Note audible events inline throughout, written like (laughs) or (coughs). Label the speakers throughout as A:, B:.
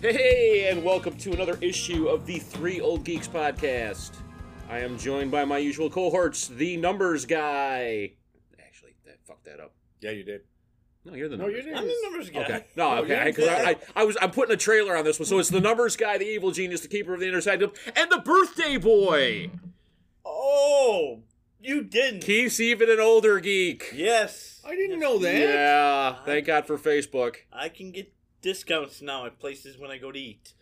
A: Hey, and welcome to another issue of the Three Old Geeks podcast. I am joined by my usual cohorts, the numbers guy. Actually, that fucked that up.
B: Yeah, you did.
A: No, you're the
B: No, you
A: numbers.
B: didn't.
C: I'm the numbers guy.
A: Okay. No,
C: Oh,
A: okay.
C: yeah,
A: Because I,
C: yeah.
A: I, I was, I'm putting a trailer on this one, so it's the numbers guy, the evil genius, the keeper of the inner sanctum, and the birthday boy.
C: Oh, you didn't.
A: Keith's even an older geek.
C: yes.
B: I didn't know that.
A: Yeah. Thank God for Facebook.
C: I can get discounts now at places when I go to eat.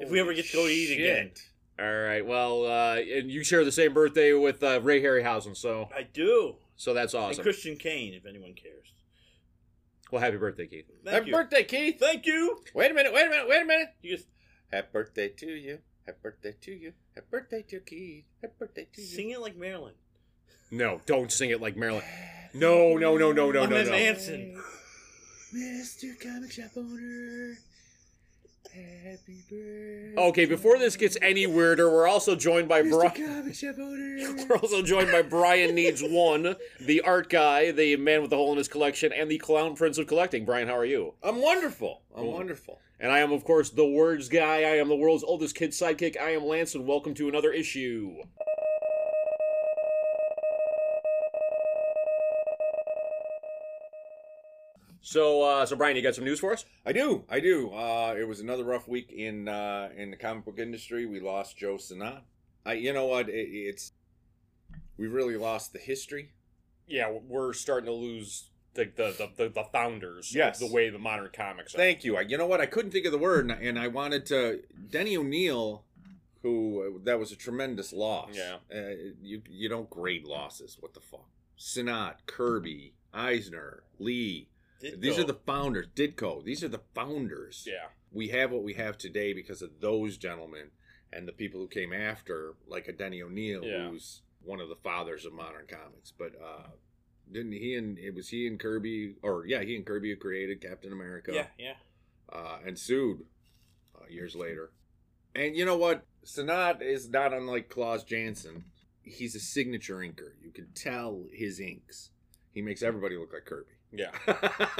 C: If we ever get to go eat again.
A: All right. Well, uh, and you share the same birthday with uh, Ray Harryhausen, so
C: I do.
A: so that's
C: And
A: awesome.
C: Christian Kane, if anyone cares.
A: Well, happy birthday, Keith.
C: Thank
B: Happy
C: you.
B: birthday, Keith.
C: Thank you.
B: Wait a minute, wait a minute, wait a minute.
C: You just
B: Happy birthday to you. Happy birthday to you. Happy birthday to Keith. Happy birthday to you.
C: sing it like Marilyn.
A: No, don't sing it like Marilyn. No, no, no, no, no,
C: I'm
A: no,
C: in
A: no.
C: man- Manson.
B: Mr. Comic Shop Owner. Happy birthday.
A: Okay, before this gets any weirder, we're also joined by Brian.
B: Comic Shop (laughs) Owner.
A: We're also joined by Brian Needs One, the art guy, the man with the hole in his collection, and the clown prince of collecting. Brian, how are you?
B: I'm wonderful. I'm
A: Cool.
B: wonderful.
A: And I am, of course, the words guy. I am the world's oldest kid sidekick. I am Lance, and welcome to another issue. So, uh, so Brian, you got some news for us?
B: I do. I do. Uh, it was another rough week in uh, in the comic book industry. We lost Joe Sanat. I, you know what? It, it's we really lost the history.
A: Yeah, we're starting to lose the the the, the founders.
B: of Yes. the
A: way the modern comics.
B: Thank you. I, you know what? I couldn't think of the word, and, and I wanted to. Denny O'Neill, who uh, that was a tremendous loss.
A: Yeah.
B: Uh, you you don't grade losses. What the fuck? Sinat, Kirby, Eisner, Lee.
C: Did
B: These
C: go.
B: are the founders. Ditko. These are the founders.
A: Yeah.
B: we have what we have today because of those gentlemen and the people who came after, like a Denny O'Neill,
A: Yeah.
B: who's one of the fathers of modern comics. But uh, didn't he and it was he and Kirby, or yeah, he and Kirby who created Captain America,
C: Yeah, yeah.
B: uh, and sued uh, years later. And you know what? Sanat is not unlike Klaus Janson. He's a signature inker. You can tell his inks. He makes everybody look like Kirby. (laughs)
A: Yeah.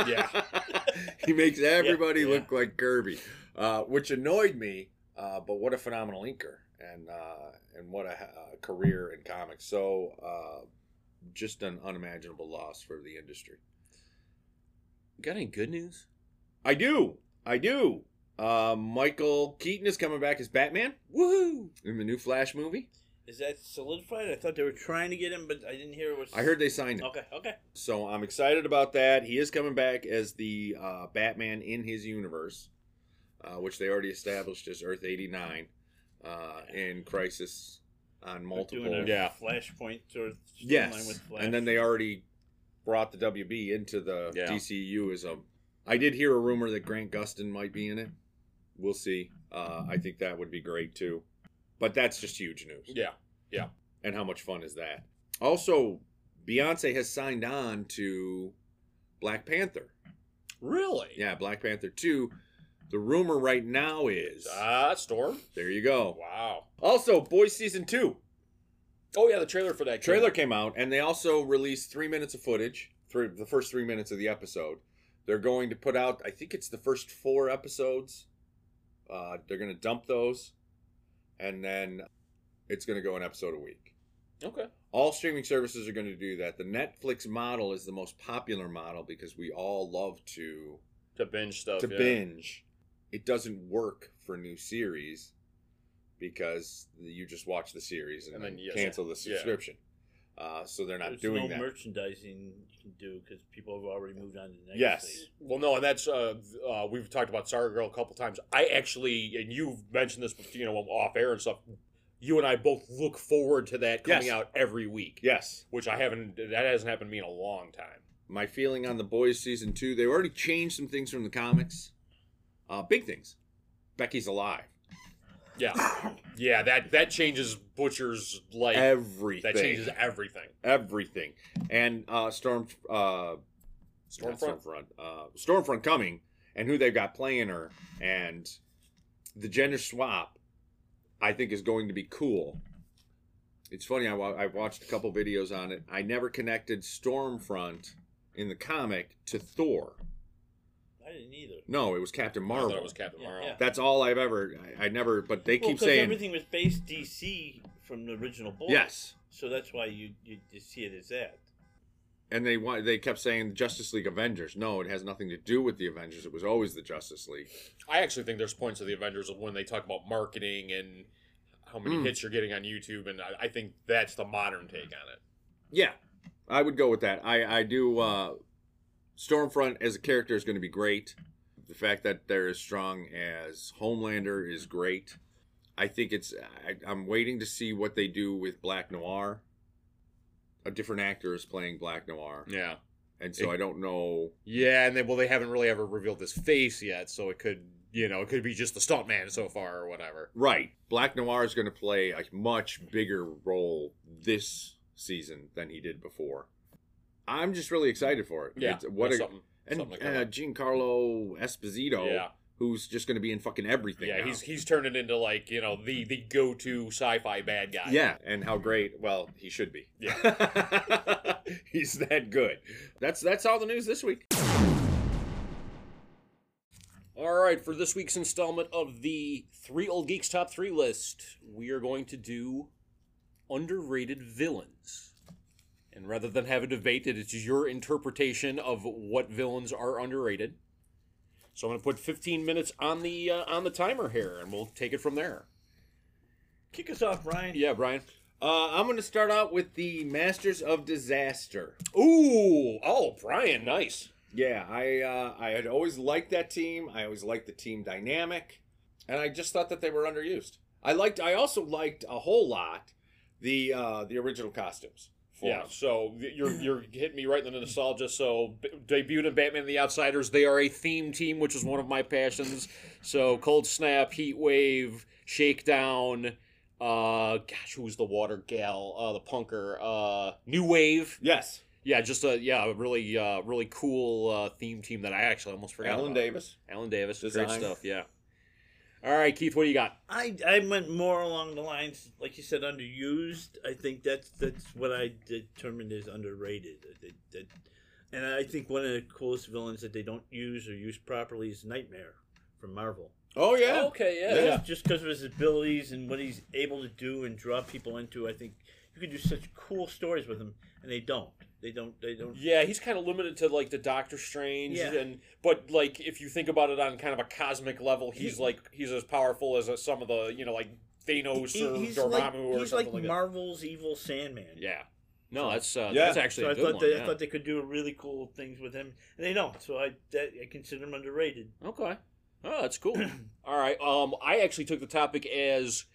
B: yeah. he makes everybody
C: Yeah, yeah.
B: look like Kirby, uh, which annoyed me. Uh, but what a phenomenal inker and uh, and what a uh, career in comics. So uh, just an unimaginable loss for the industry.
A: Got any good news?
B: I do, I do. Uh, Michael Keaton is coming back as Batman
A: Woohoo!
B: in the new Flash movie.
C: Is that solidified? I thought they were trying to get him, but I didn't hear it was.
B: I heard they signed him,
C: Okay, okay.
B: so I'm excited about that. He is coming back as the uh, Batman in his universe, uh, which they already established as Earth 89 uh, in Crisis on
C: They're
B: multiple.
C: Doing a
A: Yeah.
C: Flashpoint sort of storyline
B: Yes,
C: with Flash.
B: and then they already brought the WB into the
A: Yeah.
B: DCU as a. I did hear a rumor that Grant Gustin might be in it. We'll see. Uh, I think that would be great too, but that's just huge news.
A: Yeah.
B: And how much fun is that? Also, Beyonce has signed on to Black Panther.
A: Really?
B: Yeah, Black Panther two. The rumor right now is
A: Ah, Storm.
B: there. You go.
A: Wow.
B: Also, Boys season two.
A: Oh yeah, the trailer for that
B: trailer came out and they also released three minutes of footage through the first three minutes of the episode they're going to put out i think it's the first four episodes uh, they're going to dump those and then it's going to go an episode a week
A: Okay.
B: all streaming services are going to do that the netflix model is the most popular model because we all love to
A: To binge stuff.
B: to
A: yeah.
B: binge it doesn't work for new series because you just watch the series and,
A: And then,
B: then
A: yes.
B: cancel the
A: Yeah.
B: subscription uh, so they're not
C: There's
B: doing
C: no
B: that
C: merchandising you can do because people have already moved on to the next.
B: Yes.
C: phase.
A: Well, no, and that's uh, uh, we've talked about Sorry Girl a couple times. I actually, and you've mentioned this, you know, off air and stuff. You and I both look forward to that coming
B: Yes.
A: out every week,
B: yes
A: which I haven't. That hasn't happened to me in a long time.
B: my feeling on the boys season two they already changed some things from the comics uh, big things becky's alive
A: Yeah, (coughs) yeah. That that changes Butcher's life.
B: everything
A: that changes everything.
B: everything and uh, storm uh, not
A: Stormfront.
B: stormfront uh, stormfront coming and who they've got playing her and the gender swap i think is going to be cool it's funny i, wa- I watched a couple videos on it i never connected stormfront in the comic to thor
C: I didn't either.
B: No, it was Captain Marvel.
A: I thought it was Captain
C: Yeah,
A: Marvel.
C: yeah.
B: That's all I've ever. I, I never. But they
C: Well,
B: keep
C: 'cause
B: saying
C: everything was based DC from the original book.
B: yes,
C: So that's why you, you, you see it as that.
B: and they wa- they kept saying Justice League Avengers. No, it has nothing to do with the Avengers. It was always the Justice League.
A: I actually think there's points of the Avengers of when they talk about marketing and how many
B: Mm.
A: hits you're getting on YouTube, and I, I think that's the modern take on it.
B: Yeah, I would go with that. I I do. Uh, Stormfront as a character is going to be great. The fact that they're as strong as Homelander is great. I think it's. I, I'm waiting to see what they do with Black Noir. A different actor is playing Black Noir,
A: Yeah,
B: and so I don't know.
A: yeah, and they well, they haven't really ever revealed his face yet, so it could you know it could be just the stuntman so far or whatever.
B: Right. Black Noir is going to play a much bigger role this season than he did before. I'm just really excited for it.
A: Yeah,
B: It's- what a,
A: something,
B: and
A: something like
B: uh,
A: that.
B: Giancarlo Esposito,
A: yeah,
B: who's just going to be in fucking everything.
A: yeah,
B: now.
A: he's he's turning into like you know the the go to sci fi bad guy.
B: yeah, and how great? Well, he should be.
A: Yeah.
B: (laughs) he's that good. That's that's all the news this week.
A: All right, for this week's installment of the Three Old Geeks Top Three list, we are going to do underrated villains. And rather than have a debate, it is your interpretation of what villains are underrated. So I'm going to put 15 minutes on the uh, on the timer here, and we'll take it from there.
C: Kick us off, Ryan.
A: Yeah, Brian.
B: Uh, I'm going to start out with the Masters of Disaster.
A: Ooh, oh, Brian, nice.
B: Yeah, I uh, I had always liked that team. I always liked the team dynamic, and I just thought that they were underused. I liked. I also liked a whole lot the uh, the original costumes. For
A: Yeah,
B: them.
A: so you're you're hitting me right in the nostalgia. So b- debuted in Batman and the Outsiders, they are a theme team, which is one of my passions. So Cold Snap, Heat Wave, Shakedown. Uh, gosh, who was the water gal? Uh, the punker. Uh, New Wave.
B: Yes,
A: Yeah, just a yeah, a really uh, really cool uh, theme team that I actually almost forgot.
B: Alan
A: about.
B: Davis.
A: Alan Davis, great
B: Design.
A: stuff. Yeah. All right, Keith, what do you got?
C: I, I went more along the lines, like you said, underused. I think that's that's what I determined is underrated. I think that- and I think one of the coolest villains that they don't use or use properly is Nightmare from Marvel.
B: Oh yeah.
A: okay,
B: Yeah.
C: Just because of his abilities and what he's able to do and draw people into, I think you could do such cool stories with him, and they don't. They don't. They don't.
A: Yeah, he's kind of limited to like the Doctor Strange,
C: Yeah.
A: and but like if you think about it on kind of a cosmic level, he's
C: He-
A: like he's as powerful as uh, some of the you know like Thanos
C: He-
A: or
C: he's
A: Dormammu
C: like,
A: or
C: he's like
A: something like, that.
C: Marvel's evil Sandman.
A: yeah, no, that's uh,
B: Yeah.
A: that's actually
C: So
A: a
C: I
A: good
C: thought
A: one.
C: they,
A: yeah.
C: I thought they could do really cool things with him, and they don't. So I that, I consider him underrated.
A: Okay. Oh, that's cool. (clears throat) All right. Um, I actually took the topic as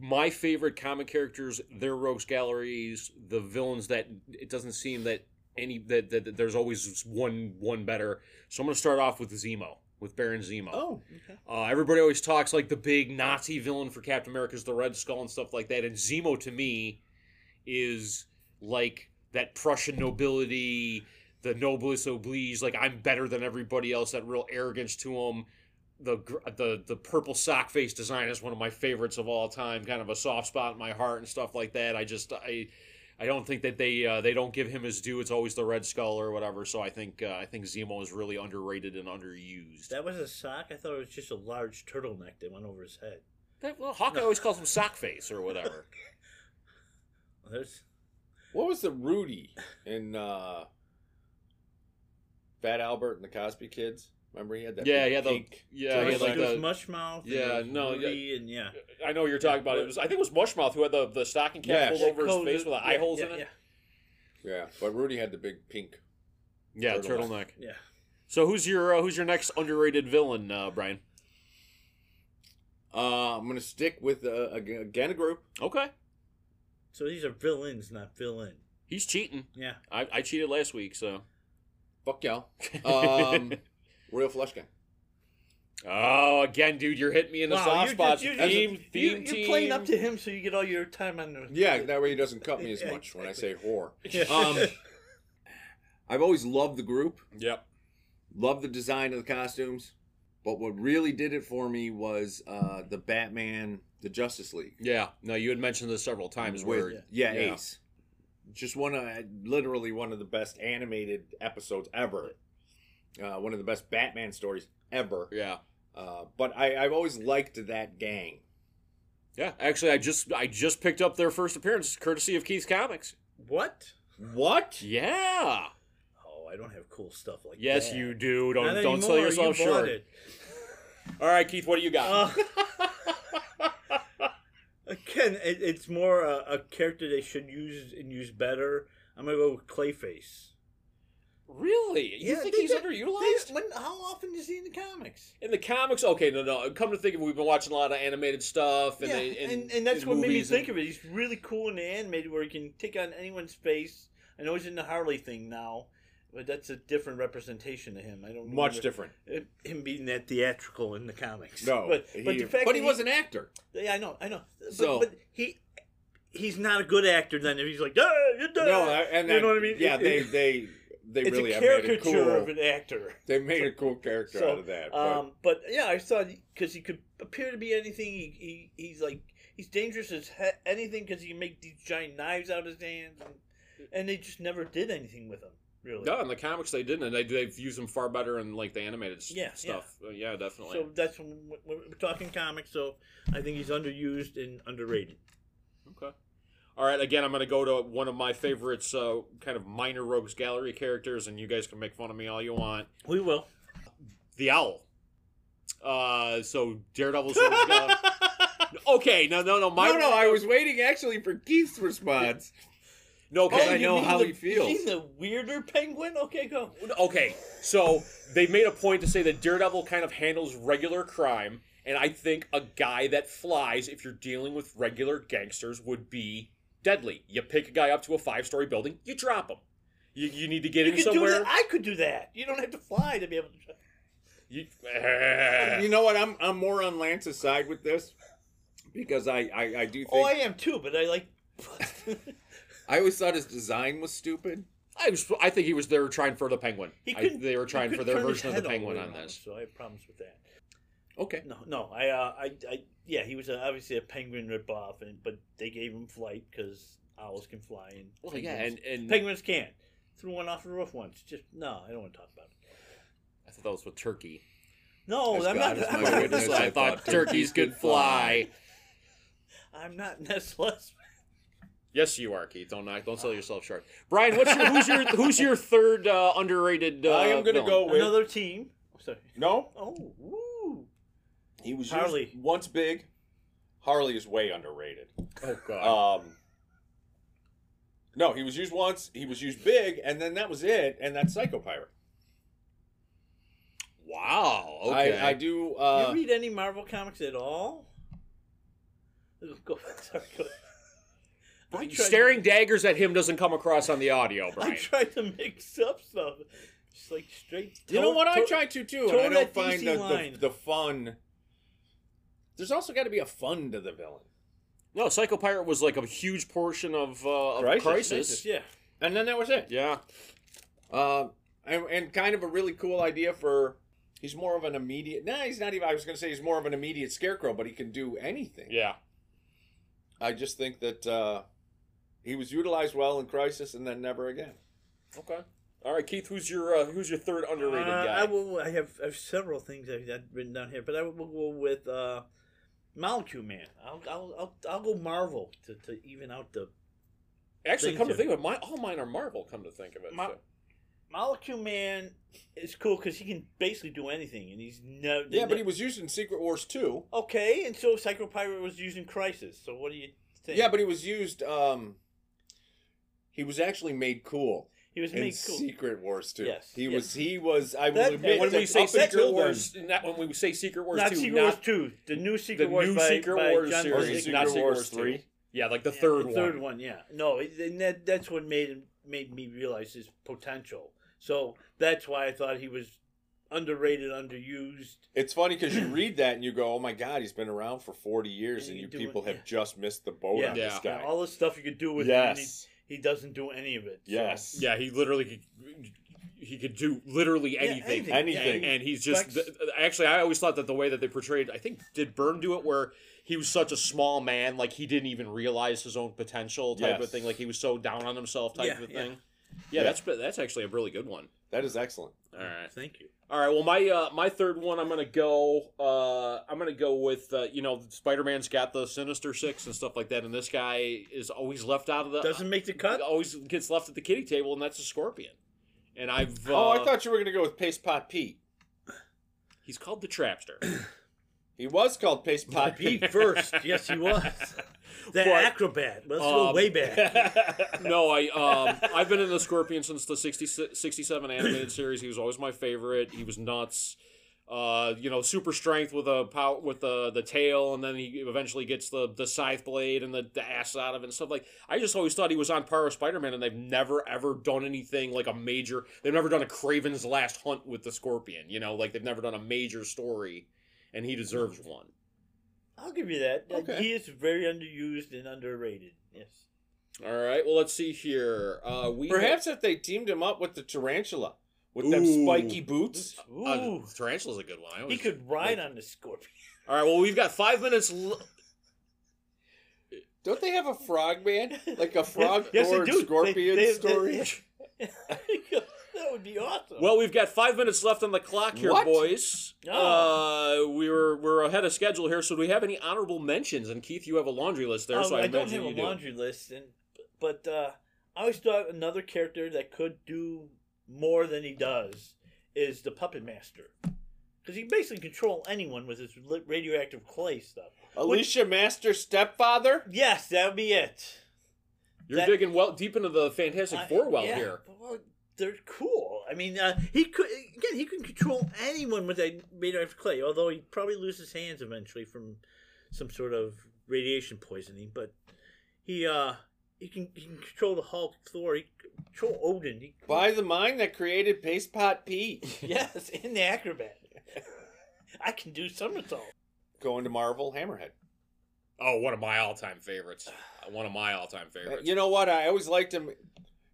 A: my favorite comic characters, their rogues galleries, the villains that it doesn't seem that any that, that, that there's always one one better. So I'm gonna start off with Zemo, with Baron Zemo.
C: Oh, okay.
A: Uh, everybody always talks like the big Nazi villain for Captain America is the Red Skull and stuff like that. And Zemo to me is like that Prussian nobility, the noblesse oblige. Like I'm better than everybody else. That real arrogance to him. The gr- the the purple sock face design is one of my favorites of all time. Kind of a soft spot in my heart and stuff like that. I just I. I don't think that they uh, they don't give him his due. It's always the Red Skull or whatever. So I think uh, I think Zemo is really underrated and underused.
C: that was a sock. I thought it was just a large turtleneck that went over his
A: (laughs)
C: head.
A: That, well, Hawkeye always calls him sock face or (laughs) whatever.
C: Well, There's
B: What was the Rudy in uh, Fat Albert and the Cosby Kids? Remember he had that.
A: yeah,
B: big
A: yeah, the
B: pink-
A: yeah,
B: he
A: yeah,
B: had
A: like
B: like
A: the.
C: mush mouth. and
A: yeah,
C: there was
A: no,
C: Rudy and yeah,
A: I know what you're talking about. It was I think it was Mushmouth who had the, the stocking cap
B: Yeah.
A: pulled over his
C: Cold-
A: face with the
C: yeah,
A: eye holes
C: yeah,
A: in it.
B: yeah, but Rudy had the big pink.
A: Yeah,
B: Turtleneck.
A: turtleneck.
C: Yeah, yeah.
A: So who's your uh, who's your next underrated villain, uh, Brian?
B: Uh, I'm gonna stick with uh, ag- again a group.
A: Okay,
C: So these are villains, not villain.
A: he's cheating.
C: Yeah,
A: I, I cheated last week, (laughs) so. (laughs)
B: Fuck y'all. Um, Real Flush Gang.
A: oh, again, dude, you're hitting me in the
C: Wow,
A: soft
C: you're
A: spots.
C: just- you're just-
A: theme,
C: you,
A: theme
C: you're
A: team.
C: playing up to him, so you get all your time on the (laughs)
B: Yeah, that way he doesn't cut (laughs) me as
C: Yeah,
B: much when I say (laughs) whore.
C: Yeah.
B: Um, I've always loved the group,
A: Yep.
B: loved the design of the costumes, but what really did it for me was uh, the Batman, the Justice League.
A: Yeah. No, you had mentioned this several times.
B: with-
A: Where
B: Mm, yeah,
A: yeah.
B: Ace. uh, Just one of literally one of the best animated episodes ever. Uh, one of the best Batman stories ever.
A: Yeah.
B: Uh, but I, I've always liked that gang.
A: Yeah. Actually, I just I just picked up their first appearance courtesy of Keith's Comics.
C: What?
B: What?
A: Yeah.
C: Oh, I don't have cool stuff like
A: Yes,
C: that.
A: you do. Don't
C: Not
A: don't sell
C: anymore,
A: yourself
C: you bought
A: short.
C: it.
A: All right, Keith, what do you got?
C: Uh, (laughs) again, it, it's more a, a character they should use and use better. I'm gonna go with Clayface.
A: (laughs) really? You
C: Yeah,
A: think
C: they
A: he's
C: got-
A: underutilized?
C: when, how often is he in the comics?
A: in the comics, okay, no, no. Come to think of it, we've been watching a lot of animated stuff, and
C: yeah,
A: they,
C: and, and, that's what made me
A: movies and-
C: think of it. He's really cool in the animated where he can take on anyone's face. I know he's in the Harley thing now, but that's a different representation of him. I don't
B: Much
C: remember
B: (laughs) different.
C: him being that theatrical in the comics.
B: No,
C: but, but
B: he,
C: the fact
B: but
C: that
B: he was an actor.
C: Yeah, I know, I know. But,
B: So-
C: but he he's not a good actor. Then if he's like, ah, you're done.
B: No, I- and
C: You
B: that-
C: know what I mean?
B: Yeah,
C: It-
B: they
C: it-
B: they they
C: it's
B: really
C: a
B: have made it
C: caricature
B: cool.
C: of an actor.
B: They made a cool character
C: So,
B: out of that. But
C: Um, but yeah, I thought because he could appear to be anything. He, he he's like he's dangerous as he- anything because he can make these giant knives out of his hands, and, and they just never did anything with him. Really,
A: No, in the comics they didn't, and they, they've used them far better in like the animated s-
C: Yeah,
A: stuff. Uh, Yeah, definitely.
C: So that's when when we're talking comics. So I think he's underused and underrated.
A: Okay. All right. Again, I'm going to go to one of my favorites, uh, kind of minor rogues gallery characters, and you guys can make fun of me all you want.
C: We will.
A: The Owl. Uh, so
C: (laughs)
A: Daredevil's rogues gallery. Okay, no, no, no. My
B: no, no, I was waiting actually for Keith's response.
A: no. Okay,
C: Oh,
B: I
C: you
B: know
C: mean
B: how
C: the-
B: he feels.
C: He's a weirder penguin. Okay, go.
A: okay. So they made a point to say that Daredevil kind of handles regular crime, and I think a guy that flies, if you're dealing with regular gangsters, would be deadly. You pick a guy up to a five-story building, you drop him. You, you need to get
C: You
A: him
C: could do
A: somewhere.
C: that. I could do that. You don't have to fly to be able to.
A: You- (laughs)
B: you know what? I'm I'm more on Lance's side with this because I I, I do think
C: Oh, I am too, but I like.
A: (laughs)
C: (laughs)
B: I always thought his design was stupid.
A: I was, I think he was there trying for the penguin.
C: He
A: I,
C: couldn't-
A: they were
C: he
A: trying for
C: couldn't
A: their
C: turn his
A: version of the
C: head all
A: penguin
C: way
A: on
C: around,
A: this.
C: so I have problems with that.
B: Okay.
C: No, no, I, uh, I, I, yeah, he was uh obviously a penguin ripoff, and but they gave him flight because owls can fly and
A: Well, yeah,
C: penguins-
A: and, and
C: penguins can't. Threw one off the roof once. Just no, I don't want to talk about it.
A: I thought that was with
C: (laughs)
A: turkey.
C: No,
B: As
C: I'm
B: God is
C: not. (laughs) I'm
B: my
C: not,
B: witness,
A: So I thought turkeys could fly.
C: I'm not Nestle's.
A: Yes, you are, Keith. Don't knock,
C: Ah.
A: don't sell yourself short. Brian, what's your, who's your who's
C: (laughs)
A: your third uh, underrated? Uh,
B: I am going to
A: villain?
B: go with
C: Another team. Oh, sorry.
B: no.
C: Oh, woo.
B: He was
C: Harley.
B: used once big. Harley is way underrated.
A: Oh God.
C: Uh,
B: Um, no, he was used once. He was used big, and then that was it. And that's Psycho Pirate.
A: wow. Okay.
B: I, I do.
C: you
B: Uh,
C: read any Marvel comics at all? Go, (laughs) sorry, go. I tried-
A: Staring daggers at him doesn't come across on the audio,
C: I
A: Brian.
C: tried to mix up stuff. Just like straight.
B: you know
C: toe-
B: what? I
C: toe-
B: try to too, and
C: toe
B: I don't
C: that
B: find
C: DC
B: the, the,
C: line.
B: the fun. There's also got to be a fun to the villain,
A: no, Psycho Pirate was like a huge portion of uh, of
B: Crisis.
A: Crisis.
C: Yeah.
B: and then that was it.
A: Yeah.
B: Uh, and, and kind of a really cool idea for. He's more of an immediate. Nah, he's not even. I was going to say he's more of an immediate scarecrow, but he can do anything.
A: Yeah.
B: I just think that uh, he was utilized well in Crisis, and then never again.
A: Okay. All right, Keith. Who's your uh, who's your third underrated
C: Uh,
A: guy?
C: I will. I have. I have several things I've got written down here, but I will go with uh, Molecule Man. I'll. I'll. I'll, I'll go Marvel to, to even out the
A: Actually,
C: Thank
A: come
C: you.
A: to think of it, my, all mine are Marvel. Come to think of it,
C: Mar-
A: so.
C: Molecule Man. Is cool because he can basically do anything, and he's never.
B: Yeah, but he was used in Secret Wars too.
C: Okay, and so Psycho Pirate was using Crisis. So what do you think?
B: Yeah, but he was used. um He was actually made cool
C: he was
B: in
C: made cool.
B: Secret Wars too.
C: Yes,
B: He
C: yes.
B: was. He was. I will
C: That-
B: admit.
A: when
B: that
A: we say
B: up until
A: Secret
B: then-
A: Wars, not when we say Secret Wars
C: not
A: two,
C: Secret
A: not
C: Wars two, the new Secret
A: the
C: Wars,
A: new
C: by,
A: Secret
C: by
A: Wars
C: John
B: Or
A: series,
B: is
C: Krasinski.
B: it Secret
A: not Secret
B: Wars
A: Wars
B: three?
A: two. Yeah, like the
C: Yeah,
A: third
C: the
A: one.
C: Third one, yeah. No, it- and that that's what made him made me realize his potential. So that's why I thought he was underrated, underused.
B: It's funny because
C: (laughs)
B: you read that and you go, "Oh my God, he's been around for forty years,
C: And
B: and
C: you
B: you
C: do
B: people
C: it,
B: have
C: yeah.
B: just missed the boat
C: Yeah.
B: on
A: Yeah.
B: this guy."
C: All the stuff you could do with him, and
B: yes.
C: he, he doesn't do any of it. so-
B: Yes.
A: Yeah, he literally could, he could do literally
C: Yeah,
A: anything.
C: anything.
B: Anything.
A: And, and he's just
C: Flex.
A: th- actually, I always thought that the way that they portrayed, I think, did Byrne do it where he was such a small man, like he didn't even realize his own potential type
B: Yes.
A: of thing, like he was so down on himself type
C: Yeah,
A: of
C: yeah.
A: thing. Yeah,
B: Yeah.
A: that's that's actually a really good one.
B: That is excellent.
A: All right.
C: Thank you.
A: All right. Well, my uh, my third one, I'm gonna go. Uh, I'm gonna go with uh, you know Spider-Man's got the Sinister Six and stuff like that, and this guy is always left out of the
C: Doesn't make the cut.
A: always gets left at the kitty table, and that's a Scorpion. And I've uh,
B: oh, I thought you were gonna go with Paste Pot Pete.
A: he's called the Trapster.
B: (laughs) He was
C: (laughs)
B: called Paste Pot Pete.
C: Pete first. Yes,
A: (laughs)
C: he was. The
A: But,
C: acrobat. Let's go
A: um,
C: way
A: (laughs)
C: back.
A: no, I um, I've been in the Scorpion since the 60, 67 animated series. He was always my favorite. He was nuts. Uh, you know, super strength with a pow- with uh, the the tail, and then he eventually gets the the scythe blade and the, the ass out of it and stuff like. I just always thought he was on par with Spider Man, and they've never ever done anything like a major. They've never done a Craven's Last Hunt with the Scorpion. You know, like they've never done a major story, and he deserves one.
C: I'll give you that. Uh,
B: Okay.
C: He is very underused and underrated. Yes.
A: All right, well, let's see here. Uh, we
B: Perhaps if they teamed him up with the tarantula, with them
A: Ooh.
B: spiky boots.
A: Uh,
C: Ooh.
A: Tarantula's a good one. I
C: he
A: always-
C: could ride on the scorpion.
A: All right. Well, we've got five minutes. L-
B: Don't they have a frog man?
C: (laughs)
B: Like a frog
C: yes,
B: or
C: they do.
B: scorpion
C: They- they-
B: story?
C: (laughs) that would be awesome.
A: well, we've got five minutes left on the clock here,
B: What?
A: boys.
C: Oh.
A: Uh, we were we're ahead of schedule here. So, do we have any honorable mentions? And Keith, you have a laundry list there,
C: Um,
A: so I,
C: I, don't
A: imagine
C: have a
A: you do.
C: laundry list, and but uh, I always thought another character that could do more than he does is the puppet master, because he can basically control anyone with his li- radioactive clay stuff.
B: Alicia Master stepfather?
C: Yes, that would be it.
A: You're
C: That-
A: digging well deep into the Fantastic
C: I-
A: Four well
C: yeah,
A: here.
C: but, Well, they're cool. I mean, uh, he could again. He can control anyone with that radioactive clay. Although he probably loses hands eventually from some sort of radiation poisoning. But he uh, he can he can control the Hulk, Thor, he can control Odin. He,
B: By the mind that created Paste Pot Pete.
C: (laughs) yes, in the acrobat, (laughs) I can do somersault.
B: Going to Marvel Hammerhead.
A: Oh, one of my all-time favorites. One of my all-time
C: Uh,
A: favorites.
B: You know what? I always liked him.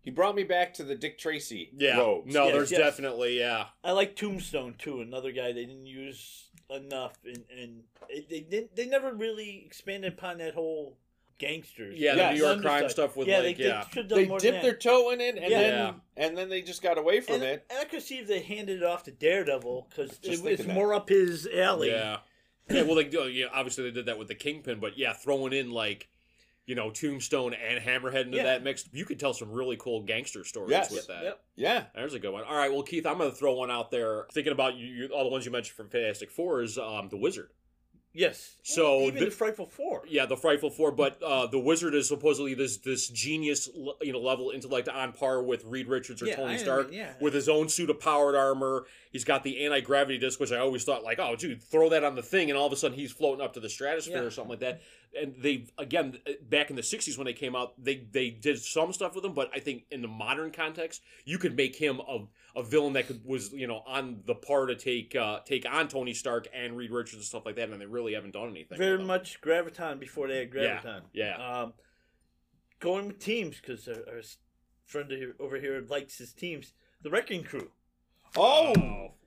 B: He brought me back to the Dick Tracy
A: yeah.
B: robes.
A: No,
C: Yes,
A: there's
C: yes.
A: definitely yeah.
C: I like Tombstone too. Another guy they didn't use enough, and and it- they didn't. They never really expanded upon that whole gangsters.
A: Yeah,
B: the New
A: York
C: underside.
A: crime stuff with,
C: yeah,
A: like,
C: they,
A: yeah.
C: They should've done
B: They
C: more
B: dipped
C: than
B: their toe in it and
C: Yeah.
B: then and then they just got away
C: that.
B: from
C: and,
B: it.
C: And I could see if they handed it off to Daredevil because
B: Just
C: it,
B: thinking
C: it's
B: that.
C: more up his alley.
A: Yeah. Yeah, well, they do. Yeah, obviously they did that with the Kingpin, but yeah, throwing in like, you know, Tombstone and Hammerhead into
C: Yeah.
A: that mix, you could tell some really cool gangster stories
B: Yes.
A: with that.
C: Yep.
B: Yeah.
A: There's a good one. All right, well, Keith, I'm going to throw one out there. Thinking about you, you, all the ones you mentioned from Fantastic Four is um, the Wizard.
C: Yes.
A: So
C: even the,
A: the-
C: Frightful Four.
A: Yeah, the Frightful Four, but uh, the Wizard is supposedly this this genius, l- you know, level intellect on par with Reed Richards or
C: Yeah,
A: Tony
C: Iron
A: Stark.
C: Man, yeah.
A: With his own suit of powered armor, he's got the anti gravity disc, which I always thought like, oh, dude, throw that on the thing, and all of a sudden he's floating up to the stratosphere
C: Yeah.
A: or something like that. And they again uh, back in the '60s when they came out, they they did some stuff with him, but I think in the modern context, you could make him a a villain that could, was you know on the par to take uh, take on Tony Stark and Reed Richards and stuff like that, and they really haven't done anything.
C: Very
A: with him.
C: much Graviton before they had
A: Yeah,
C: Graviton.
A: yeah.
C: Um, going with teams because our, our friend here- over here likes his teams. The Wrecking Crew.
B: Oh,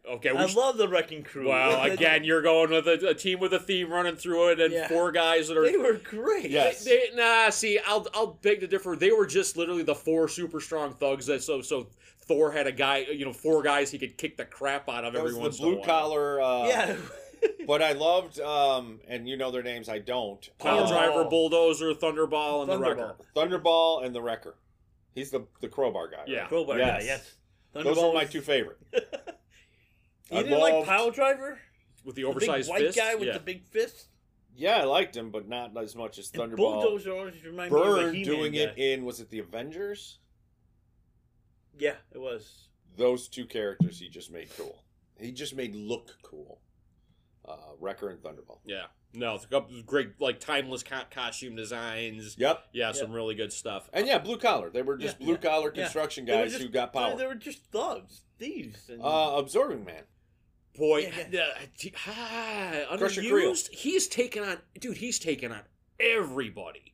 A: okay. We
C: I
A: should-
C: love the Wrecking Crew.
A: well,
C: (laughs) They-
A: again, you're going with a, a team with a theme running through it, and
C: Yeah.
A: four guys that are.
C: they were great.
B: Yes.
A: They- nah, see, I'll I'll beg to differ. They were just literally the four super strong thugs that so so Thor had a guy, you know, four guys he could kick the crap out of
B: that
A: every
B: was the
A: once in a
B: blue
A: while.
B: collar uh
C: yeah. (laughs)
B: but I loved um and you know their names, I don't.
A: Pile
B: Um,
C: Oh.
A: driver, bulldozer, thunderball, and the wrecker.
C: Thunderball.
B: Thunderball and the Wrecker. He's the the crowbar guy. right?
A: Yeah.
C: Crowbar
B: Yes.
C: guy, yes.
B: Those
C: Thunderball
B: are my
C: was- (laughs)
B: two favorite.
C: You
B: I
C: didn't like
B: loved-
C: Pile Driver?
A: with the
C: The big
A: oversized
C: white
A: fist.
C: guy with
A: yeah.
C: the big fist?
B: Yeah, I liked him, but not as much as
C: And
B: Thunderball.
C: Bulldozer always remind me of a
B: Byrne
C: He-Man
B: doing
C: guy.
B: it in was it the Avengers?
C: Yeah, it was.
B: Those two characters he just made cool. He just made look cool. Uh, Wrecker and Thunderball.
A: yeah. No, it's a couple of great like timeless co- costume designs.
B: Yep.
A: Yeah, some really good stuff.
B: And yeah, blue collar. They were just
C: Yeah,
B: blue collar
C: yeah.
B: construction
C: They were
B: guys
C: just-
B: who got
C: They,
B: power.
C: they were just thugs, thieves. And,
B: Uh, Absorbing Man.
A: Boy,
C: Yeah,
A: uh, t- ah,
B: Crusher Creel.
A: underused. He's taken on, dude. He's taken on everybody.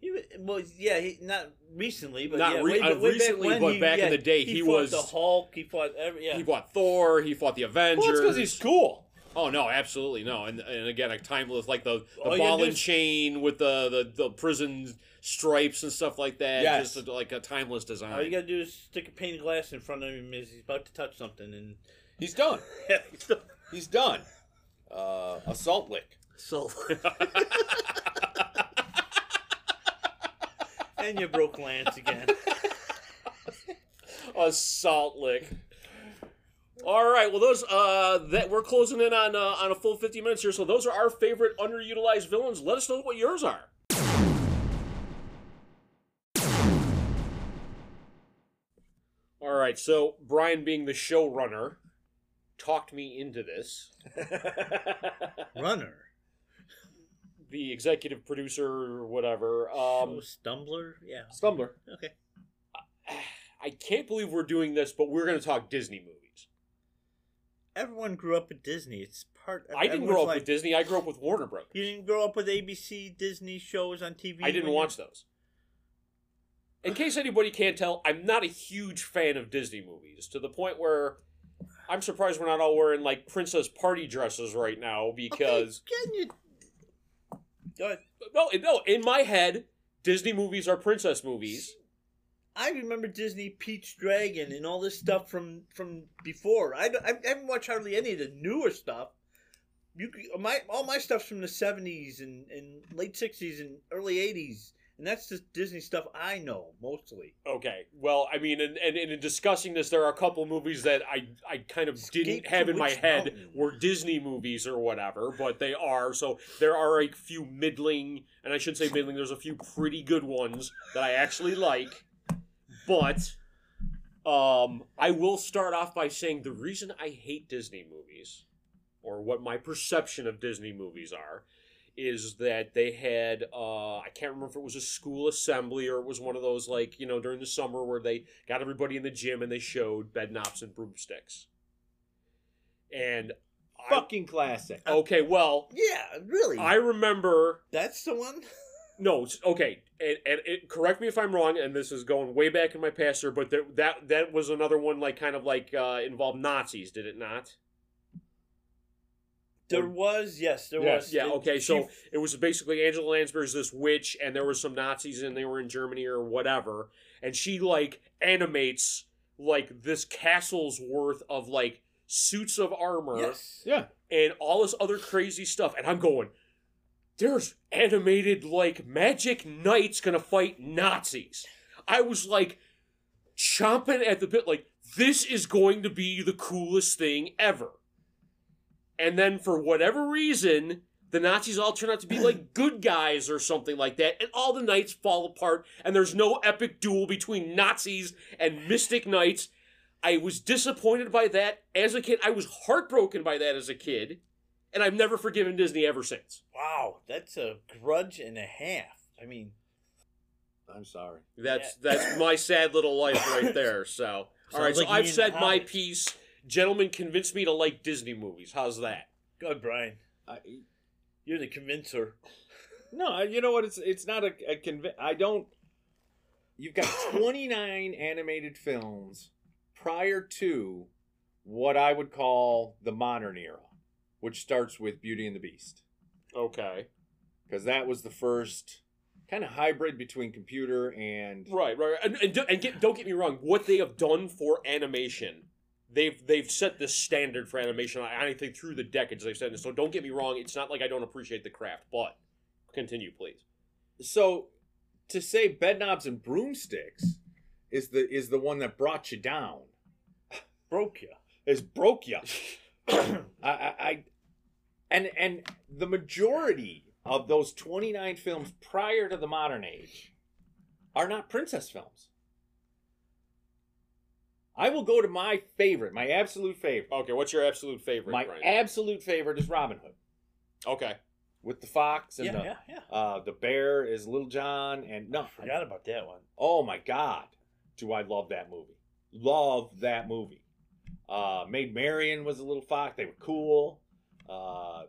C: he, was- well, yeah, he, not recently, but
A: Not
C: yeah,
A: re-
C: way,
A: uh,
C: way
A: recently,
C: back when
A: but
C: he,
A: back in
C: yeah,
A: the day,
C: he,
A: he
C: fought
A: was-
C: the Hulk. He fought every yeah.
A: He fought Thor. He fought the Avengers.
B: Well, it's because he's cool.
A: Oh no, absolutely no. And and again, a timeless like the, the
C: All you
A: ball
C: do
A: and
C: is-
A: chain with the, the the prison stripes and stuff like that.
B: Yes.
A: Just like a timeless design.
C: All you gotta do is stick a pane of glass in front of him as he's about to touch something, and (laughs)
B: He's done. He's done. Uh, assault lick.
C: so. (laughs) and you broke Lance again.
A: a salt lick. All right, well those uh that we're closing in on uh, on a full 50 minutes here. So those are our favorite underutilized villains. Let us know what yours are. All right, so Brian being the showrunner talked me into this.
C: Runner.
A: the executive producer or whatever.
C: Um,
A: Um
C: Stumbler? Yeah.
B: Stumbler.
C: Okay.
A: I can't believe we're doing this, but we're going to talk Disney movies.
C: Everyone grew up with Disney. It's part.
A: I didn't
C: everyone's
A: grow up
C: life.
A: with Disney. I grew up with Warner Brothers.
C: You didn't grow up with ABC Disney shows on TV.
A: I didn't
C: when you-
A: watch those. In case anybody can't tell, I'm not a huge fan of Disney movies to the point where I'm surprised we're not all wearing like princess party dresses right now because
C: Okay, can you- Go ahead.
A: no, no, in my head, Disney movies are princess movies.
C: I remember Disney Peach Dragon and all this stuff from from before. I, don't- I haven't watched hardly any of the newer stuff. You c- my all my stuff's from the seventies and, and late sixties and early eighties, and that's just Disney stuff I know mostly.
A: Okay, well, I mean, and, and, and in discussing this, there are a couple movies that I I kind of
C: Escape
A: didn't
C: to
A: have in my
C: Witch
A: head
C: Mountain.
A: were Disney movies or whatever, but they are. So there are a few middling, and I should say middling. There's a few pretty good ones that I actually like, but um, I will start off by saying the reason I hate Disney movies, or what my perception of Disney movies are, is that they had uh, I can't remember if it was a school assembly or it was one of those like you know during the summer where they got everybody in the gym and they showed bed knobs and broomsticks. And I-
D: Fucking classic.
A: okay, well
C: Yeah, really.
A: I remember
C: that's the one.
A: no, it's- okay, and, and it, correct me if I'm wrong, and this is going way back in my past here, but there, that that was another one like kind of like uh, involved Nazis, did it not?
C: There was yes, there
B: Yes.
C: was
A: Yeah,
C: It-
A: okay, so
C: she-
A: it was basically Angela Lansbury's this witch, and there were some Nazis, and they were in Germany or whatever, and she like animates like this castle's worth of like suits of armor
C: yes.
B: Yeah.
A: and all this other crazy stuff, and I'm going. There's animated like magic knights gonna fight Nazis. I was like chomping at the bit, like, this is going to be the coolest thing ever. And then for whatever reason, the Nazis all turn out to be like good guys or something like that, and all the knights fall apart, and there's no epic duel between Nazis and mystic knights. I was disappointed by that as a kid. I was heartbroken by that as a kid, and I've never forgiven Disney ever since.
C: Wow, that's a grudge and a half. I mean,
B: I'm sorry.
A: That's
C: (laughs)
A: that's my sad little life right there. So, all right,
C: Sounds
A: so
C: like me
A: I've
C: in the
A: said my
C: house.
A: piece. Gentlemen, convince me to like Disney movies. How's that?
C: God, Brian,
B: I,
C: you're the convincer.
D: No, you know what? It's it's not a, a conv- I don't.
B: you've got 29 animated films prior to what I would call the modern era, which starts with Beauty and the Beast,
A: Okay.
B: because that was the first kind of hybrid between computer and
A: Right, right, right. and and, do- and get, don't get me wrong. What they have done for animation, they've they've set the standard for animation. I, I think through the decades they've said this. So don't get me wrong. It's not like I don't appreciate the craft, but continue, please.
B: so to say bed knobs and broomsticks is the is the one that brought you down
C: Broke you.
B: is broke
C: (laughs)
B: you I, I i and and the majority of those 29 films prior to the modern age are not princess films i will go to my favorite my absolute favorite
A: Okay, what's your absolute favorite?
B: my
A: Brian?
B: absolute favorite is robin hood
A: okay,
B: with the fox and
C: Yeah,
B: the
C: yeah, yeah.
B: uh the bear is little john and no
C: Forgot about that one.
B: Oh my God, do I love that movie? Love that movie. Uh, Maid Marian was a little fox. They were cool. Uh,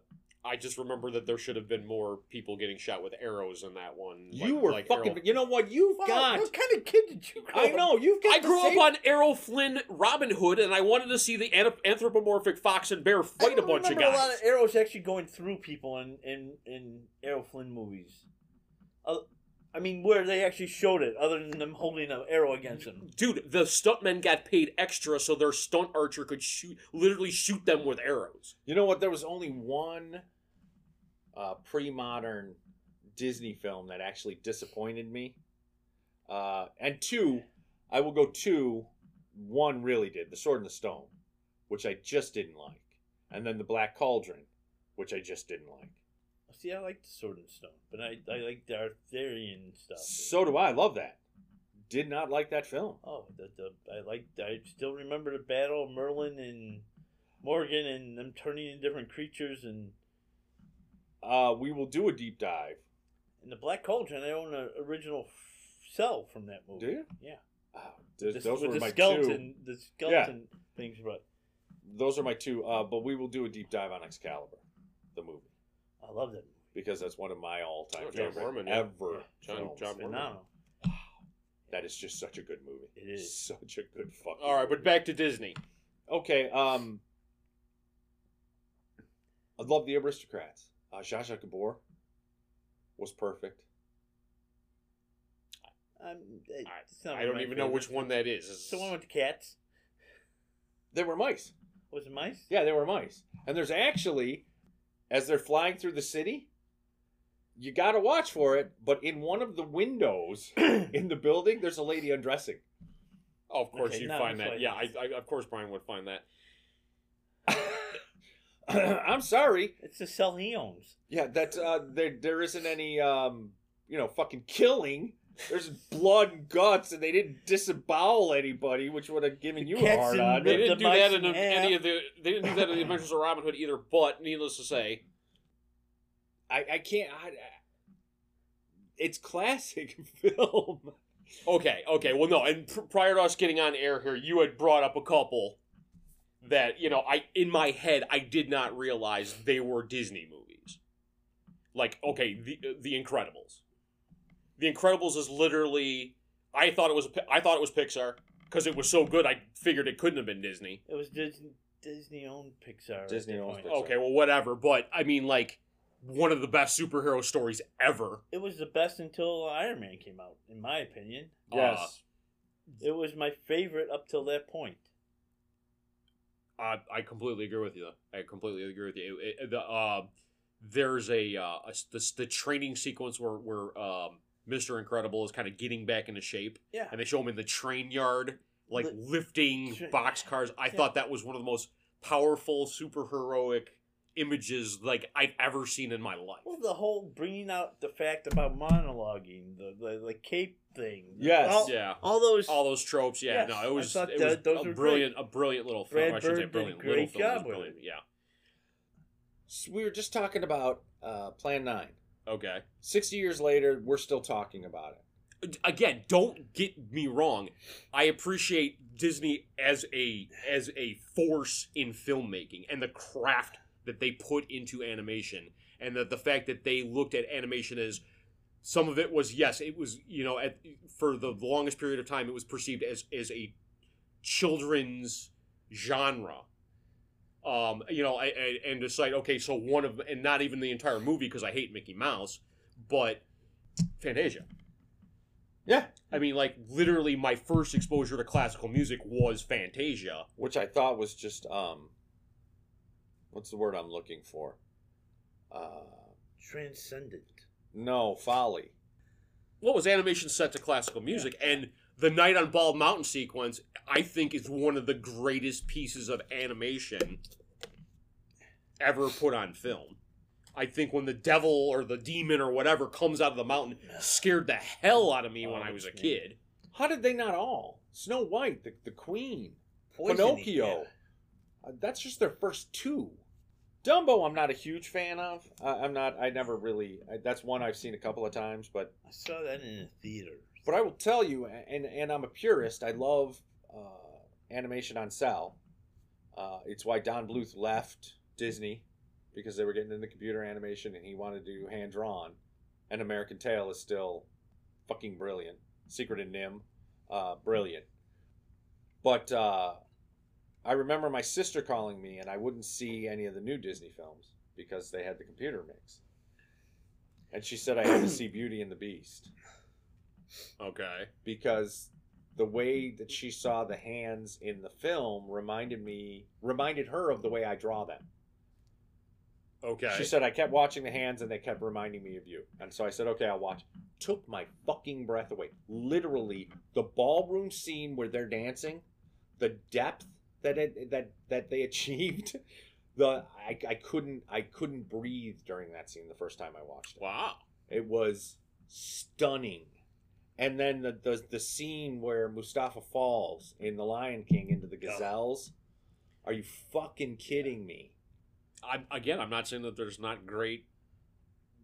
A: I just remember that there should have been more people getting shot with arrows in that one.
D: You
A: like-
D: were
A: like
D: fucking.
A: Errol-
D: You know what? You've
B: Wow,
D: got.
B: What kind of kid did you grow
D: I know you've got.
A: I
D: the
A: grew
D: same-
A: up on Errol Flynn, Robin Hood, and I wanted to see the anth- anthropomorphic fox and bear
C: I
A: fight a
C: don't
A: bunch of
C: remember
A: guys.
C: A lot of arrows actually going through people in in in Errol Flynn movies. Uh, I mean, where they actually showed it, other than them holding an arrow against them.
A: Dude, the stuntmen got paid extra so their stunt archer could shoot, literally shoot them with arrows.
B: You know what? There was only one uh, pre-modern Disney film that actually disappointed me, uh, and two, I will go two. One really did, The Sword and the Stone, which I just didn't like, and then The Black Cauldron, which I just didn't like.
C: See, I like the sword and stone, but I I like the Arthurian stuff.
B: So do I. Love that. Did not like that film.
C: oh, the, the I like I still remember the battle of Merlin and Morgan and them turning into different creatures and.
B: Uh, we will do a deep dive.
C: In the Black Cauldron, I own an original f- cell from that movie.
B: Do you?
C: Yeah.
B: Oh, th-
C: This-
B: those
C: with
B: were
C: the
B: my two.
C: skeleton, the skeleton things, but
B: Those are my two. Uh, but we will do a deep dive on Excalibur, the movie.
C: I love that movie.
B: because that's one of my all-time
A: Oh, John
B: favorite
A: Borman, yeah.
B: ever
A: Yeah, John-
B: films.
A: John Borman.
C: Phenomenal.
B: That is just such a good movie.
C: It is.
B: such a good fucking.
A: All right, but
B: movie.
A: back to Disney.
B: okay. Um, I love the Aristocrats. Uh, Zsa Zsa Gabor was perfect.
C: Um, it-
A: I-
C: it's not
A: I don't
C: my
A: even know
C: favorite.
A: which one that is. It's-
C: It's the one with the cats.
B: They were mice.
C: Was it mice?
B: Yeah, they were mice. And there's actually, as they're flying through the city, you got to watch for it. But in one of the windows
C: (clears throat)
B: in the building, there's a
C: (coughs)
B: lady undressing.
A: Oh, of course
C: Okay,
A: you
C: no,
A: find
C: that's
A: that.
C: what it
A: Yeah, I,
C: is.
A: I, of course Brian would find that.
B: I'm sorry.
C: It's the cell he owns.
B: Yeah, that's uh, there. There isn't any um, you know, fucking killing. There's blood and guts, and they didn't disembowel anybody, which would have given you a
C: Cats
B: hard
C: and
B: on.
A: They
C: Rip
A: didn't
C: the
A: do that
C: mice
A: in
C: in
A: any
C: half.
A: of the. They didn't do that
C: (laughs)
A: in the Adventures of Robin Hood either. But needless to say,
B: I, I can't. I, I- it's classic (laughs) film.
A: Okay, okay. Well, no, and pr- prior to us getting on air here, you had brought up a couple that you know I in my head I did not realize they were Disney movies. Like, okay, the uh, the Incredibles. The Incredibles is literally I thought it was a pi- I thought it was Pixar because it was so good I figured it couldn't have been Disney.
C: It was Disney, Disney owned Pixar. at
B: Disney
C: that
B: owned
C: point.
B: Pixar.
A: Okay, well, whatever. But I mean, like one of the best superhero stories ever.
C: It was the best until Iron Man came out, in my opinion. Uh,
A: Yes.
C: It was my favorite up till that point.
A: I, I completely agree with you. though. I completely agree with you. It- it- the uh, there's a, uh, a s- the, s- the training sequence where where um, Mister Incredible is kind of getting back into shape,
C: Yeah.
A: and they show him in the train yard, like
C: Li-
A: lifting
C: Tra-
A: boxcars. I
C: Yeah.
A: thought that was one of the most powerful superheroic images like I've ever seen in my life.
C: Well, the whole bringing out the fact about monologuing, the the, the cape thing.
B: Yes.
C: All,
A: yeah,
C: all those.
A: all those tropes. Yeah,
C: Yes,
A: no, it
C: I
A: was
C: thought
A: it
C: that-
A: was
C: those
A: a
C: were
A: brilliant a brilliant little film.
C: Brad
A: I should
C: Bird
A: say
C: did a
A: brilliant little
C: great
A: film. It was
C: job with it.
A: brilliant. Yeah.
B: So we were just talking about uh, Plan Nine.
A: Okay.
B: Sixty years later, we're still talking about it.
A: again don't get me wrong i appreciate disney as a as a force in filmmaking and the craft that they put into animation and that the fact that they looked at animation as some of it was yes it was you know at for the longest period of time it was perceived as as a children's genre um you know I, I, and decide okay so one of and not even the entire movie because i hate mickey mouse but fantasia
B: Yeah,
A: I mean, like literally, my first exposure to classical music was Fantasia.
B: which I thought was just um, what's the word I'm looking for? Uh,
C: transcendent.
B: no, folly.
A: What was animation set to classical music? And the Night on Bald Mountain sequence, I think, is one of the greatest pieces of animation ever put on film. I think when the devil or the demon or whatever comes out of the mountain scared the hell out of me
B: Oh,
A: when I was a kid.
B: How did they not all? Snow White, the, the Queen, Pinocchio. Uh, that's just their first two. Dumbo, I'm not a huge fan of. I, I'm not. I never really. I, that's one I've seen a couple of times, but
C: I saw that in a theater.
B: but I will tell you, and and I'm a purist. I love uh, animation on cell. Uh, it's why Don Bluth left Disney because they were getting into computer animation and he wanted to do hand drawn. And American Tail is still fucking brilliant. Secret and Nim, uh, brilliant. But uh, I remember my sister calling me, and I wouldn't see any of the new Disney films because they had the computer mix. And she said I had to see Beauty and the Beast
A: Okay.
B: because the way that she saw the hands in the film reminded me reminded her of the way I draw them.
A: Okay.
B: She said I kept watching the hands and they kept reminding me of you. And so I said, "Okay, I'll watch." Took my fucking breath away. Literally, the ballroom scene where they're dancing, the depth that it, that that they (laughs) achieved, the I, I couldn't I couldn't breathe during that scene the first time I watched it.
A: wow.
B: It was stunning. And then the, the the scene where Mustafa falls in The Lion King into the
C: Yeah.
B: gazelles. Are you fucking kidding me?
A: I'm, again, I'm not saying that there's not great.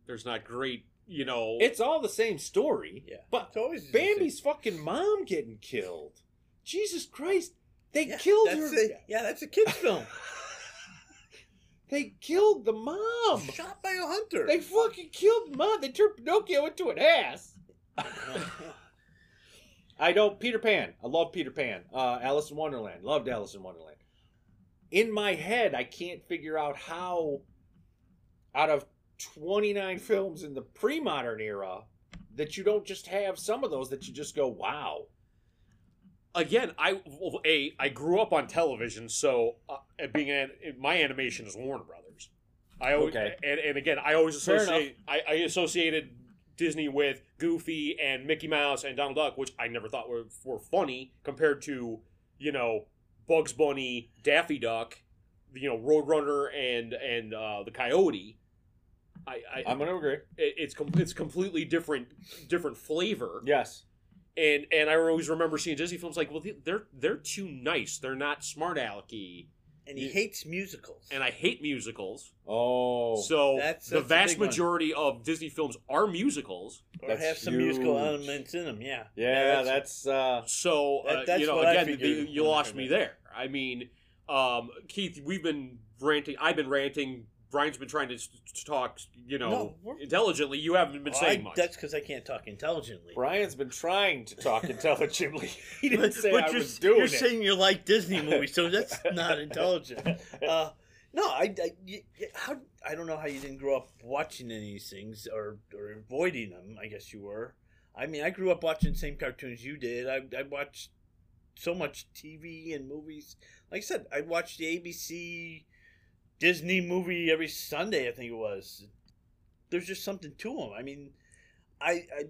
A: There's not great. You know.
B: It's all the same story.
C: Yeah.
B: But
C: It's always the same.
B: Bambi's fucking mom getting killed. Jesus Christ. They
C: Yeah,
B: killed
C: that's
B: her.
C: a- yeah, that's a kids
B: (laughs)
C: film.
B: They killed the mom.
C: Shot by a hunter.
B: They fucking killed mom. They turned Pinocchio into an ass. I don't. Peter Pan. I love Peter Pan. Uh, Alice in Wonderland. Loved Alice in Wonderland. In my head, I can't figure out how, out of 29 films in the pre modern era, that you don't just have some of those that you just go, wow.
A: again, I well, a I grew up on television, so uh, being an, my animation is Warner Brothers. I always
B: Okay.
A: and, and again, I always
B: Fair enough.
A: associate I, I associated Disney with Goofy and Mickey Mouse and Donald Duck, which I never thought were were funny compared to you know Bugs Bunny, Daffy Duck, you know Roadrunner and and uh, the Coyote. I, I
B: I'm going to agree.
A: it- it's com- it's completely different different flavor
B: Yes.
A: and and I always remember seeing Disney films like, well, they're they're too nice. They're not smart alecky,
C: (laughs) and he hates musicals.
A: and I hate musicals.
B: Oh.
A: so
C: That's-
A: the
C: that's a
A: vast
C: big one.
A: majority of Disney films are musicals.
C: or
B: That's
C: have some musical
B: huge.
C: elements in them. Yeah.
B: yeah,
C: that's-
B: that's. uh
A: So uh,
C: That- that's
A: you know,
C: what I
A: again,
C: figured
A: the, you
C: when I
A: lost
C: heard
A: me
C: that.
A: there. I mean, um, Keith, we've been ranting. I've been ranting. Brian's been trying to, s- to talk, you know,
C: No, we're-
A: intelligently. You haven't been
C: Well,
A: saying
C: I-
A: much.
C: That's because I can't talk intelligently.
B: Brian's been trying to talk intelligently. (laughs) he didn't
C: But-
B: say
C: but
B: I
C: you're,
B: was doing
C: you're
B: it.
C: saying you like
B: (laughs)
C: Disney movies, so that's not intelligent. Uh, no, I, I- y- y- how, I don't know how you didn't grow up watching any of these things or, or avoiding them. I guess you were. I mean, I grew up watching the same cartoons you did. I, I watched so much TV and movies. Like I said, I watched the ABC Disney movie every Sunday. I think it was. There's just something to them. I mean, I, I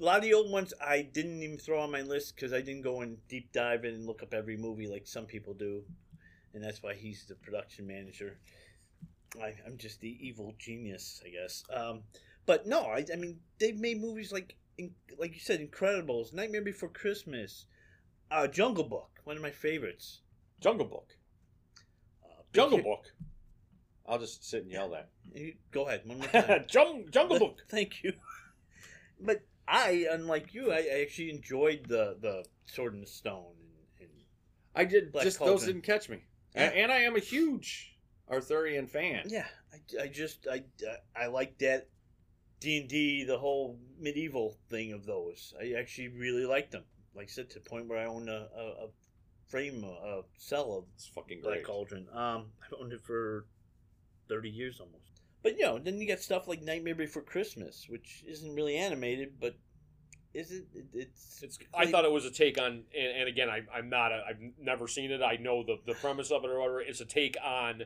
C: a lot of the old ones I didn't even throw on my list because I didn't go and deep dive in and look up every movie like some people do, and that's why he's the production manager. I, I'm just the evil genius, I guess. Um, but no, I, I mean they've made movies like in, like you said, Incredibles, Nightmare Before Christmas, uh, Jungle Book, one of my favorites.
B: Jungle Book.
C: Uh, Big (laughs)
B: Jungle
C: Hit-
B: Book. I'll just sit and yell that.
C: You- Go ahead,
B: (laughs)
C: one more time.
B: Jung, Jungle (laughs) Book.
C: Thank you. But I, unlike you, I, I actually enjoyed the the Sword and the Stone and,
B: I did
C: Black
B: just those
C: Cauldron.
B: didn't catch me. A-
C: Yeah.
B: And, I am a huge Arthurian fan.
C: and yeah, I, I just I I like that D and D the whole medieval thing of those. I actually really liked them. Like I said, to the point where I own a, a, a frame, a, a cell of
B: It's fucking
C: Black
B: great.
C: Cauldron. Um, I've owned it for thirty years almost. But you know, then you got stuff like Nightmare Before Christmas, which isn't really animated, but is it? it it's
A: It's, I thought it was a take on, and, and again, I, I'm not, a, I've never seen it. I know the, the premise of it or whatever. It's a take on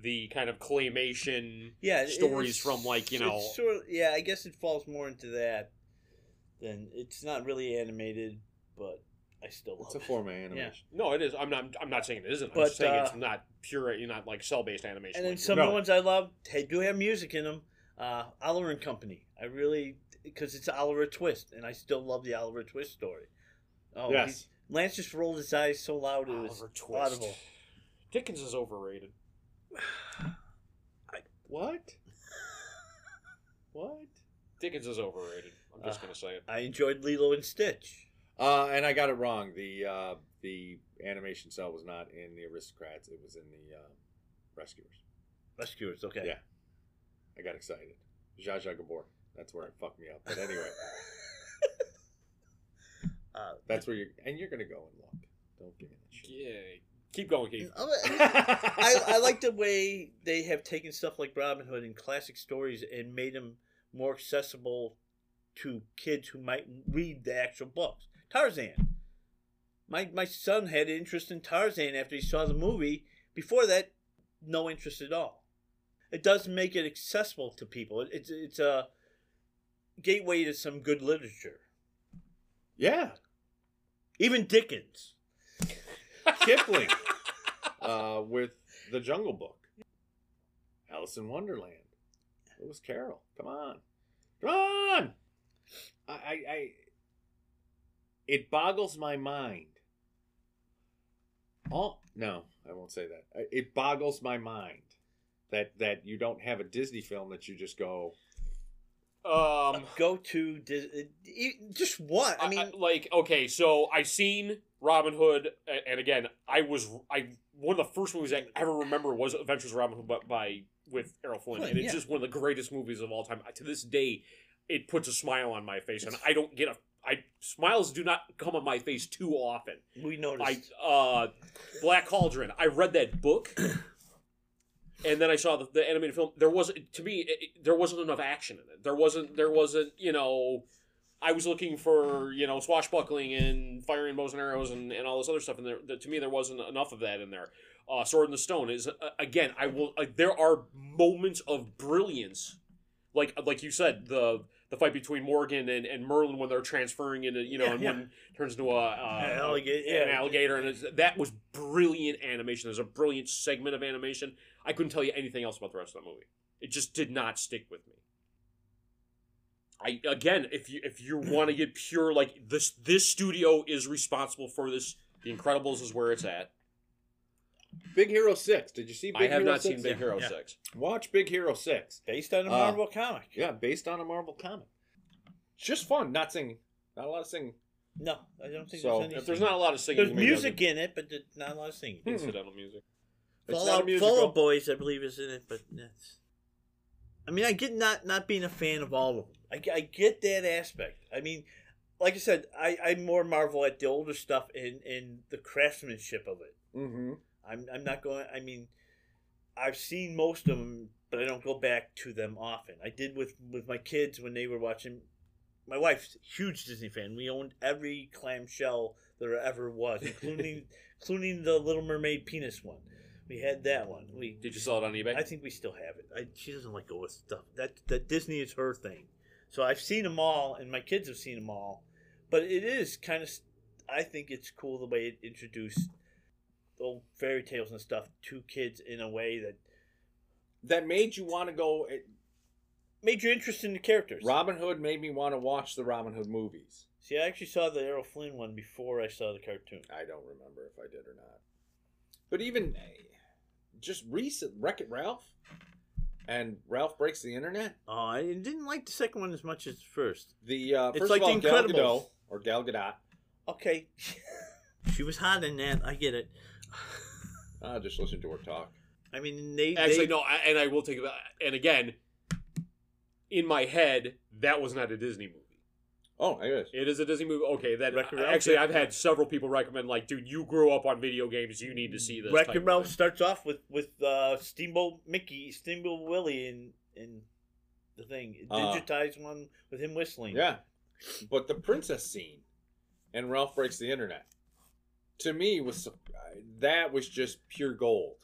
A: the kind of claymation.
C: yeah it-
A: stories
C: it's-
A: from, like, you know-
C: it's sort of- yeah, I guess it falls more into that. Then it's not really animated, but I still love
B: It's a
C: it.
B: form of animation.
A: No, it is. I'm not. I'm not saying it isn't. I'm
C: But,
A: just saying it's
C: uh,
A: not pure. You're not like cell based animation.
C: And then
A: like-
C: some of
B: No.
C: the ones I love, they do have music in them. Uh, Oliver and Company. I really because it's Oliver Twist, and I still love the Oliver Twist story. Oh,
B: yes.
C: he- Lance just rolled his eyes so loud it was
A: Oliver Twist.
C: audible.
A: Dickens is overrated.
C: (laughs)
B: What? what?
A: Dickens is overrated. I'm just
C: Uh,
A: gonna say it.
C: I enjoyed Lilo and Stitch.
B: Uh, and I got it wrong. The uh, the animation cell was not in the Aristocrats. It was in the um uh, Rescuers.
C: Rescuers, okay.
B: Yeah. I got excited. Zsa Zsa Gabor. That's where it fucked me up. But anyway,
C: Uh,
B: that's where you're, and you're gonna go and look. Don't give me that shit.
A: Yeah. Keep going, Keith.
C: I, (laughs)
B: (laughs)
C: I like the way they have taken stuff like Robin Hood and classic stories and made them more accessible to kids who might read the actual books. Tarzan. My my son had an interest in Tarzan after he saw the movie. Before that, no interest at all. It does make it accessible to people. It's it's a gateway to some good literature.
B: Yeah,
C: Even Dickens.
B: Kipling uh, with the Jungle Book, Alice in Wonderland. It was Carol. Come on, come on. I, I, I it boggles my mind. Oh no, I won't say that. I- It boggles my mind that that you don't have a Disney film that you just go.
A: Um,
C: Go to Dis- e- just one. I mean,
A: like, okay, so I seen Robin Hood, a- and again, I was I one of the first movies I ever remember was Adventures of Robin Hood, but by with Errol Flynn,
C: Flynn,
A: and it's
C: yeah.
A: just one of the greatest movies of all time. To this day, it puts a smile on my face, and I don't get a. I smiles do not come on my face too often.
C: we noticed.
A: I uh, Black Cauldron. I read that
C: (clears throat)
A: book, and then I saw the, the animated film. There was to me, it, it- there wasn't enough action in it. There wasn't. There wasn't. You know, I was looking for you know swashbuckling and firing bows and arrows and, and all this other stuff. And there, there- to me, there wasn't enough of that in there. Uh, Sword in the Stone is uh, again. I will. Uh, there are moments of brilliance, like like you said the. The fight between Morgan and, and Merlin when they're transferring into you know
C: Yeah,
A: and
C: yeah.
A: one turns into a, uh,
C: An alligator-
A: an
C: yeah.
A: alligator, and it's, that was brilliant animation. There's a brilliant segment of animation. I couldn't tell you anything else about the rest of that movie. It just did not stick with me. I again, if you if you want to get pure, like this this studio is responsible for this. The Incredibles is where it's at.
B: Big Hero Six. Did you see? Big
A: I have
B: Hero
A: not
B: 6?
A: seen Big Hero
C: Yeah.
A: Six.
B: Watch Big Hero Six.
C: based on a
B: Uh,
C: Marvel comic.
B: Yeah, based on a Marvel comic. It's just fun, not singing. Not a lot of singing.
C: No, I don't think
B: So,
C: there's any.
A: If there's not a lot of singing,
C: there's
A: maybe I'll Hmm,
C: music Hmm. in it, but there's not a lot of singing.
A: get incidental music.
B: It's
C: Fall
B: not a
C: Out,
B: musical.
C: Fall Out Boys, I believe, is in it, but that's. I mean, I get not not being a fan of all of them. I, g- I get that aspect. I mean, like I said, I I more marvel at the older stuff and and the craftsmanship of it.
B: Mm-hmm.
C: I'm I'm not going. I mean, I've seen most of them, but I don't go back to them often. I did with with my kids when they were watching. My wife's a huge Disney fan. We owned every clamshell there ever was, including including the Little Mermaid penis one. We had that one. We
A: Did you sell it on eBay?
C: I think we still have it. I, she doesn't like old stuff. That that Disney is her thing. So I've seen them all, and my kids have seen them all. But it is kind of, I think it's cool the way it introduced old fairy tales and stuff to kids in a way that
B: That made you want to go. It,
C: made you interested in the characters.
B: Robin Hood made me want to watch the Robin Hood movies.
C: See, I actually saw the Errol Flynn one before I saw the cartoon.
B: I don't remember if I did or not. But even eh, just recent Wreck It Ralph and Ralph Breaks the Internet.
C: Oh, I didn't like the second one as much as the first.
B: The uh,
C: It's
B: first
C: like
B: of all,
C: The
B: Gal
C: Incredibles.
B: Gadot or Gal Gadot.
C: Okay, she was hot in that. I get it.
B: I just listen to her talk.
C: I mean, they
A: Actually,
C: they-
A: no, I, and I will take it. back. And again, in my head, that was not a Disney movie.
B: Oh, I guess.
A: It is a Disney movie. Okay, then uh,
C: Wreck-It Ralph,
A: actually,
C: yeah.
A: I've had several people recommend, like, dude, you grew up on video games, you need to see this.
C: Wreck
A: type
C: and
A: of
C: Ralph
A: thing.
C: starts off with with uh, Steamboat Mickey, Steamboat Willie, and and the thing
B: Uh,
C: digitized one with him whistling.
B: Yeah. But the princess scene and Ralph breaks the internet to me was so- that was just pure gold.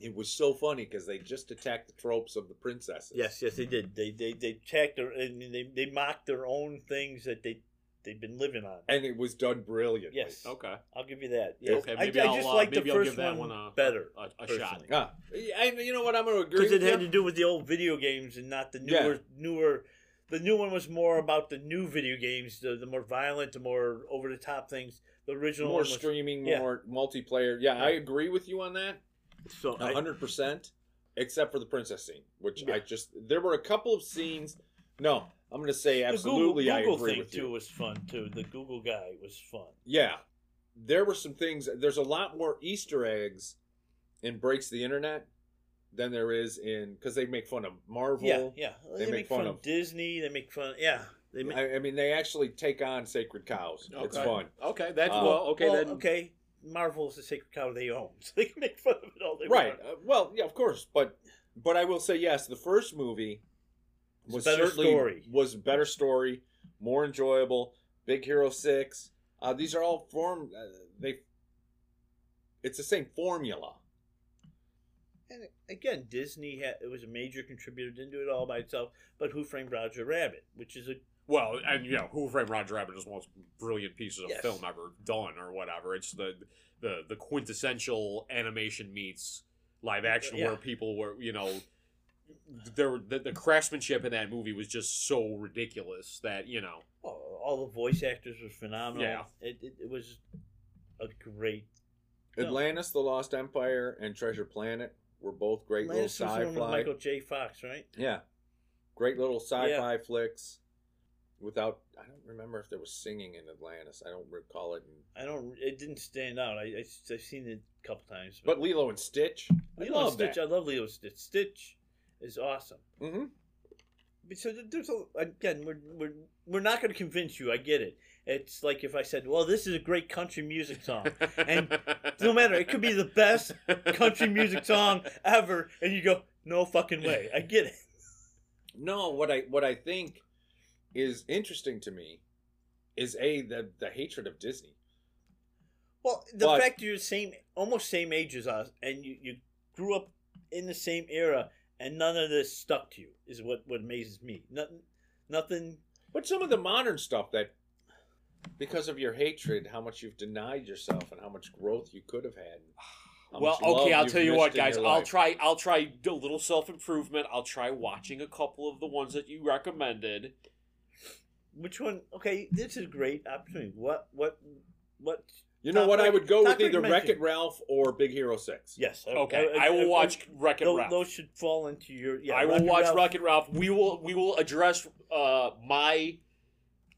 B: It was so funny because they just attacked the tropes of the princesses.
C: Yes, yes, they did. They they they checked their I mean, they they mocked their own things that they they've been living on.
B: And it was done brilliantly.
C: Yes,
A: Okay.
C: I'll give you that. Yes.
A: Okay,
C: I,
A: maybe
C: I
A: will
C: just
A: uh,
C: like the
A: maybe I'll
C: first
A: give that
C: one,
A: one, a,
C: better
A: a, a shot.
C: personally.
B: Ah, and you know what? I'm going to agree
C: because
B: with
C: it had
B: you.
C: to do with the old video games and not the
B: Yeah.
C: newer newer. The new one was more about the new video games, the, the more violent, the more over the top things. The original
B: more
C: one was,
B: streaming,
C: yeah.
B: more multiplayer. Yeah, I agree with you on that.
C: so
B: A
C: I-
B: 100%, except for the princess scene, which
C: Yeah.
B: I just, there were a couple of scenes. No, I'm going to say
C: The
B: absolutely
C: Google, Google
B: I agree
C: thing
B: with you.
C: too was fun too. The Google guy was fun.
B: yeah there were some things there's a lot more easter eggs in breaks the internet than there is in because they make fun of Marvel.
C: Yeah, yeah.
B: They make fun of-
C: Disney. They make fun. Yeah, they make.
B: I, I mean, they actually take on sacred cows. It's
E: Okay.
B: fun.
E: Okay, that's
B: Uh,
E: well. Okay,
C: well,
E: then.
C: okay. Marvel's the sacred cow they own, (laughs) so they can make fun of it all they
B: right
C: want.
B: uh, well yeah of course but but i will say yes the first movie
C: It's
B: was
C: a better
B: certainly
C: story.
B: was a better story more enjoyable big hero 6 uh, these are all form uh, they it's the same formula
C: And again, Disney had, it was a major contributor. Didn't do it all by itself. But Who Framed Roger Rabbit, which is a
A: Well, and you know, Who Framed Roger Rabbit is one of the most brilliant pieces of
C: Yes.
A: film ever done, or whatever. It's the the the quintessential animation meets live action,
C: Yeah.
A: where people were, you know, there were the, the craftsmanship in that movie was just so ridiculous that you know,
C: oh, all the voice actors were phenomenal.
A: Yeah.
C: It, it, it was a great. No.
B: atlantis the lost empire and treasure planet were both great
C: Atlantis was the one
B: little
C: with
B: sci-fi
C: Michael J. Fox, right?
B: yeah great little sci-fi flicks without i don't remember if there was singing in atlantis i don't recall it in,
C: I don't. It didn't stand out. I, I have seen it a couple times.
B: but lilo and stitch I
C: Lilo and
B: love
C: Stitch. uh,
B: that.
C: I love Lilo and Stitch. Stitch is awesome.
B: hmm
C: But So th- there's a, again, we're, we're we're not going to convince you. I get it. It's like if I said, "Well, this is a great country music song." And No matter,
A: (laughs)
C: it could be the best country music song ever, and you go, "No fucking way!" I get it.
B: No, what I what I think is interesting to me is a the the hatred of Disney.
C: Well, the
B: But-
C: fact you're same, almost same age as us, and you, you grew up in the same era, and none of this stuck to you is what what amazes me. Nothing, nothing.
B: But some of the modern stuff that because of your hatred, how much you've denied yourself and how much growth you could have had. how
A: Well,
B: much love
A: okay, I'll
B: you've
A: tell you
B: missed
A: what,
B: in your
A: guys. I'll
B: life.
A: try. I'll try a little self improvement. I'll try watching a couple of the ones that you recommended.
C: Which one? Okay, this is a great opportunity. What what what?
B: You know
C: Top
B: what? I
C: rec-
B: would go
C: top
B: with either Wreck
C: recommendation.
B: It Ralph or Big Hero Six.
C: Yes. Uh,
A: Okay,
B: oh,
A: I, will watch Wreck It
C: Those,
A: Ralph.
C: those should fall into your. Yeah,
A: I will
C: Wreck-It
A: watch
C: Ralph.
A: Wreck It Ralph. We will we will address uh, my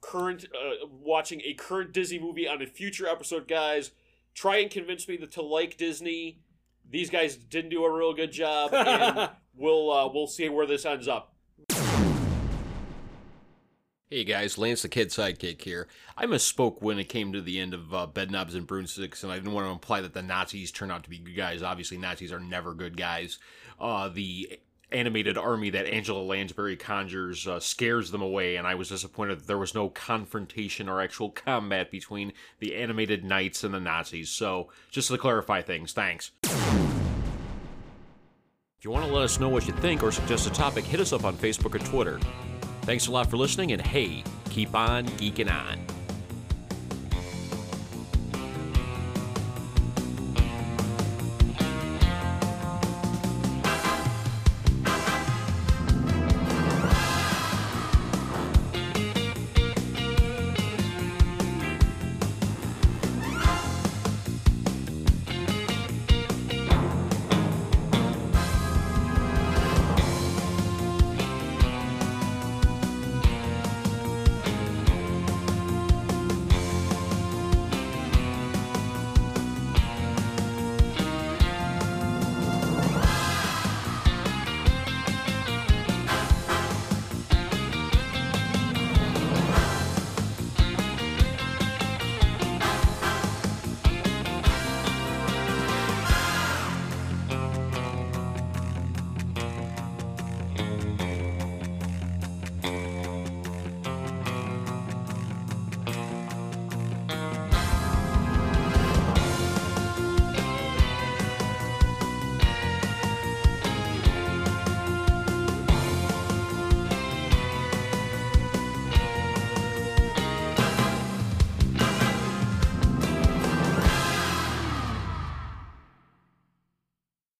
A: current uh, watching a current Disney movie on a future episode, guys. Try and convince me that to like Disney. These guys didn't do a real good job,
B: (laughs)
A: and we'll uh, we'll see where this ends up. Hey guys, Lance the Kid Sidekick here. I misspoke when it came to the end of uh, Bedknobs and Broomsticks, and I didn't want to imply that the Nazis turned out to be good guys. Obviously, Nazis are never good guys. Uh, the animated army that Angela Lansbury conjures uh, scares them away, and I was disappointed that there was no confrontation or actual combat between the animated knights and the Nazis. So, just to clarify things, thanks. If you want to let us know what you think or suggest a topic, hit us up on Facebook or Twitter. Thanks a lot for listening, and hey, keep on geeking on.